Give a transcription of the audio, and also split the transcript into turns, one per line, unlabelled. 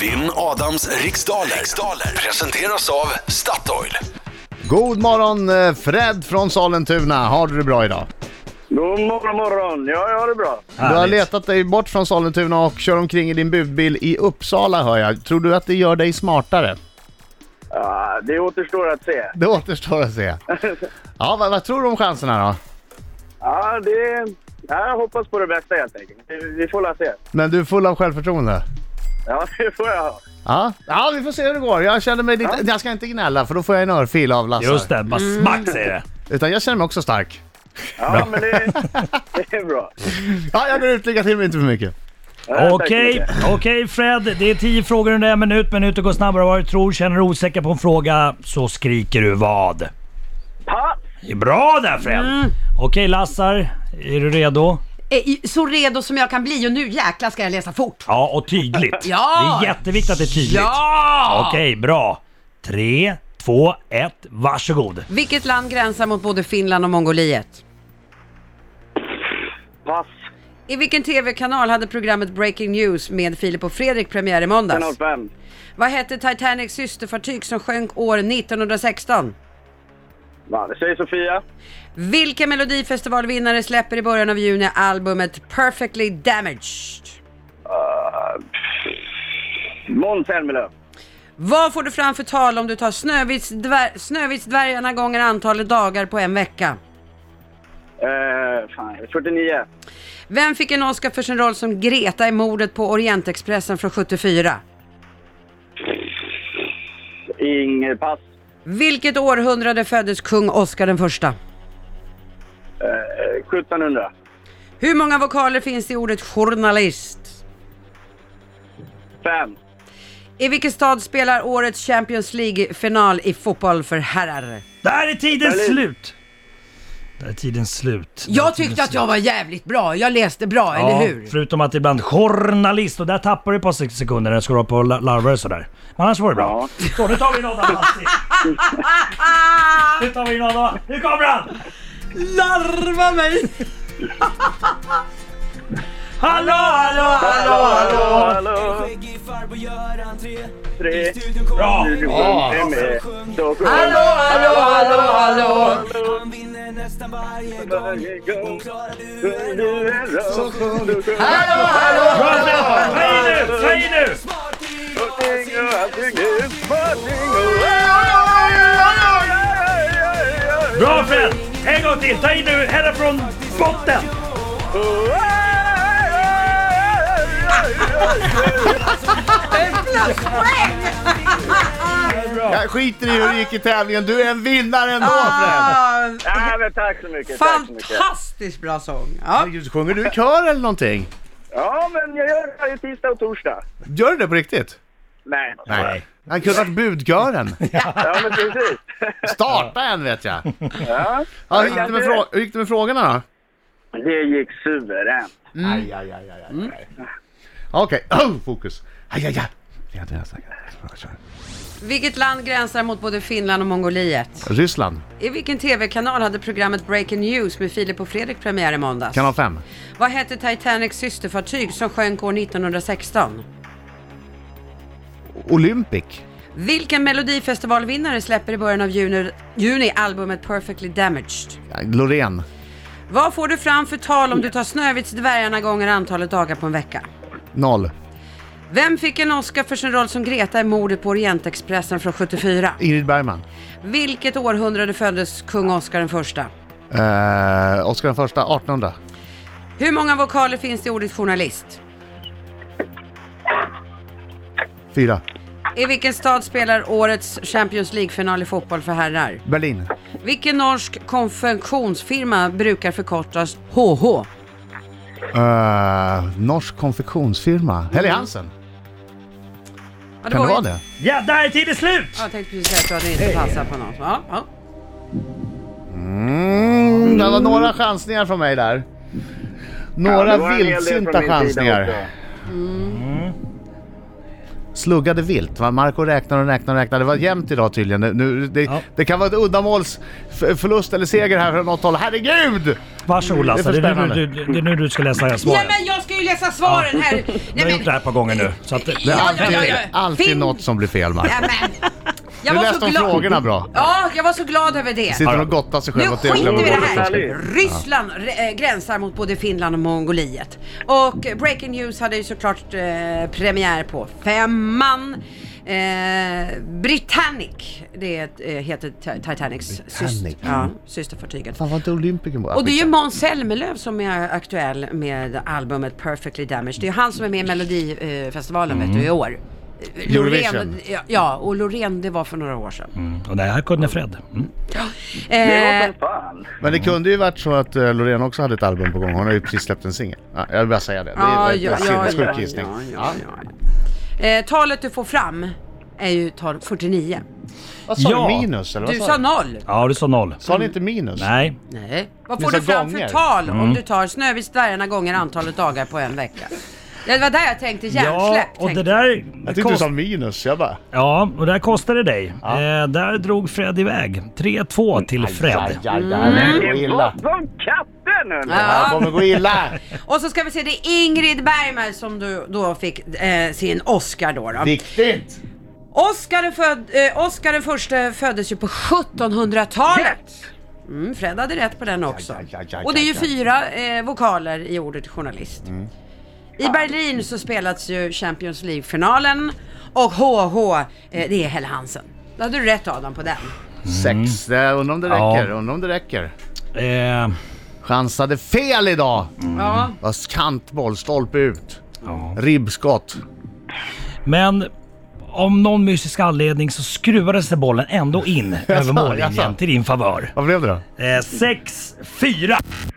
Vinn Adams riksdaler. riksdaler presenteras av Statoil.
God morgon eh, Fred från Sollentuna. Har du det bra idag?
God morgon, morgon. Ja, jag har det bra.
Du har
Härligt.
letat dig bort från Sollentuna och kör omkring i din budbil i Uppsala hör jag. Tror du att det gör dig smartare?
Ja, det återstår att se.
Det återstår att se. Ja, vad, vad tror du om chanserna då?
Ja, det... Ja, jag hoppas på det bästa helt enkelt. Vi- Vi får la se.
Men du är full av självförtroende?
Ja, det får jag ha.
Ja, ja vi får se hur det går. Jag känner mig lite... Jag ska inte gnälla för då får jag en örfil av Lasse.
Alltså.
Just det, bara
Mm.
smack säger det.
Utan jag känner mig också stark.
Ja, men det, det är bra.
Ja, jag går ut. Lycka till men inte för mycket.
Ja, tack så
Okej,
mycket.
okej Fred. Det är tio frågor under en minut. Minuter går snabbare än vad du tror. Känner du osäker på en fråga så skriker du vad?
Pass!
Det är bra där Fred!
Mm.
Okej Lassar, är du redo?
Eh, i- Så redo som jag kan bli och nu jäklar ska jag läsa fort.
Ja, och tydligt.
Ja!
Det är jätteviktigt att det är tydligt.
Ja!
Okej, bra. Tre, två, ett, varsågod.
Vilket land gränsar mot både Finland och Mongoliet?
Pass!
I vilken TV-kanal hade programmet Breaking News med Filip och Fredrik premiär i
Kanal
måndags?
5.
Vad hette Titanics systerfartyg som sjönk år 1916?
Ja, det säger Sofia.
Vilka melodifestivalvinnare släpper i början av juni albumet Perfectly Damaged?
Måns Zelmerlöw.
Vad får du fram för tal om du tar Snövits dvär- Snövitsdvärgarna gånger antalet dagar på en vecka?
Eh, fan, 49.
Vem fick en Oscar för sin roll som Greta i mordet på Orientexpressen från 74?
Inge pass.
Vilket århundrade föddes kung Oscar den första?
Eh, 1700.
Hur många vokaler finns det i ordet journalist?
5.
I vilken stad spelar årets Champions League-final i fotboll för herrar?
Där är tiden
Där är-
slut! Där är tiden slut. Där är
Jag
tiden
tyckte att
slut.
jag var jävligt bra. Jag läste bra, eller hur?
förutom att ibland journalist och där tappar du ett par sek- sekunder när du ska hålla på och la- larva dig sådär. Men annars var det bra. Så nu tar vi in Adam Alsing. Nu tar vi in Adam. Nu kommer han!
Larva mig!
Hallå, hallå, hallå, hallå!
Hallå!
Skäggig farbror gör entré
3.
Bra!
Hallå, hallå, hallå, hallå!
Han vinner nästan varje gång Klarar du en
Hallå, hallå!
Bra, Stefan! Säg nu, säg nu! Bra Fred! En gång till, ta in nu härifrån botten!
Jag skiter i hur det gick i tävlingen. Du är en vinnare ändå Fred!
Ah,
Nej, men tack så mycket. Tack så mycket.
fantastiskt bra sång! Ja.
Herregud, Sjunger du i kör eller någonting?
Ja, men jag gör det varje tisdag och torsdag.
Gör du det på riktigt?
Nej.
Nej. Han kunde ha varit budkören.
Ja, men precis.
Starta en vet jag.
Ja,
Ja, hur, gick det med frå- hur gick det med frågorna då?
det gick suveränt.
Aj, aj, aj, aj, aj. Okej, oh, fokus. Aj, aj, aj. Det är inte jag säker.
Vilket land gränsar mot både Finland och Mongoliet?
Ryssland,
I vilken TV-kanal hade programmet Breaking News med Filip och Fredrik premiär i måndags?
kanal 5.
Vad hette Titanics systerfartyg som sjönk år 1916?
Olympic,
Vilken melodifestivalvinnare släpper i början av juni, juni albumet Perfectly Damaged?
Loreen,
Vad får du fram för tal om du tar Snövitsdvärgarna gånger antalet dagar på en vecka?
noll.
Vem fick en Oscar för sin roll som Greta i mordet på Orientexpressen från 74?
Ingrid Bergman,
Vilket århundrade föddes kung Oscar den första?
eh, Oscar den första, 1800.
Hur många vokaler finns det i ordet journalist?
Fyra.
I vilken stad spelar årets Champions League-final i fotboll för herrar?
Berlin,
Vilken norsk konfektionsfirma brukar förkortas HH?
eh, norsk konfektionsfirma. Helly Hansen,
Ja,
kan det
ju-
vara det?
Ja, där är tiden slut!
Ja, jag tänkte precis säga att du hade inte passat på något. Ja, ja.
Mm, det var några chansningar från mig där. Några
Ja, det var en hel del
vildsinta
från min sida
chansningar.
också.
Sluggade vilt. Va? Marco räknar och räknar och räknar. Det var jämnt idag tydligen. Nu, det,
Ja.
det kan vara ett uddamålsförlust eller seger här från något håll. Herregud!
Varsågod Lasse,
Det är
det
för
är, nu, du, du- det är nu du ska läsa
Ja,
svaren.
men jag ska ju läsa svaren här.
Du
Nej,
har gjort det här
men,
ett par gånger nu. Så att,
Det är
Ja,
alltid,
ja, ja, ja.
alltid
Fin-
något som blir fel Marco.
ja, men. Jag
Du
var
läste
så
om
glad.
frågorna bra.
Ja, jag var så glad över det.
Sitter och gottar sig
Nu
själv åt
skiter vi
jävla
i det
målet.
här.
Härligt.
Ryssland eh, gränsar mot både Finland och Mongoliet. Och eh, Breaking News hade ju såklart eh, premiär på Femman. Eh, Britannic, det är ett, eh, heter Ti- Titanics syst,
Britannic.
ja, systerfartyget.
Fan var inte Olympiken på?
Och det är ju Måns Zelmerlöw som är aktuell med albumet Perfectly Damaged. Det är ju han som är med i Melodifestivalen vet du, i år. Eh,
Eurovision.
ja, ja, och Loreen det var för några år sedan.
Mm, och det här kunde Fred. Mm.
Det var
Eh,
som fan.
Men det kunde ju varit så att eh, Loreen också hade ett album på gång. Hon har ju precis släppt en singel. Ja, jag vill bara säga det. Det
Ja,
är
ja,
en
ja,
sinnessjuk
ja,
gissning.
ja, ja, ja. Eh, talet du får fram är ju tal 49.
Vad sa
Ja.
du? Minus eller vad
Du sa noll.
Ja, du sa noll.
Sa ni inte minus?
Nej.
Nej. Vad
Du
får
sa
du fram
gånger.
för tal
Mm.
om du tar Snövit dvärgarna gånger antalet dagar på en vecka? Det var där jag tänkte
Ja,
hjärnsläpp.
och det
tänkte
där...
Jag tyckte du sa minus. Jag bara...
Ja, och där kostade det dig. Eh, där drog Fred iväg. 3-2 till Fred.
Mm, Aj, aj, aj, det här kommer gå
Det
illa.
var som katten!
jag.
undrar jag.
Det här
Ja.
kommer gå illa.
Och så ska vi se, det är Ingrid Bergman som du då fick eh, sin Oscar då. då.
Viktigt!
Oscar, den föd, eh, Oscar den första föddes ju på 1700-talet. Mm, Fred hade rätt på den också.
Aj, aj, aj,
Och det är ju
aj, aj.
fyra eh, vokaler i ordet journalist. I Berlin så spelats ju Champions League-finalen och HH, eh, det är Helle Hansen. Då hade du rätt Adam på den.
Sex. Det- Undrar om det
Mm. Ja.
räcker. Undrar om det räcker.
Eh,
Chansade fel idag.
Ja.
Vad Kantboll, stolpe ut.
ja.
Ribbskott.
Men om någon mystisk anledning så skruvades den bollen ändå in över
Jaså, jaså.
mållinjen till din favör.
Vad blev det då?
Eh, 6-4.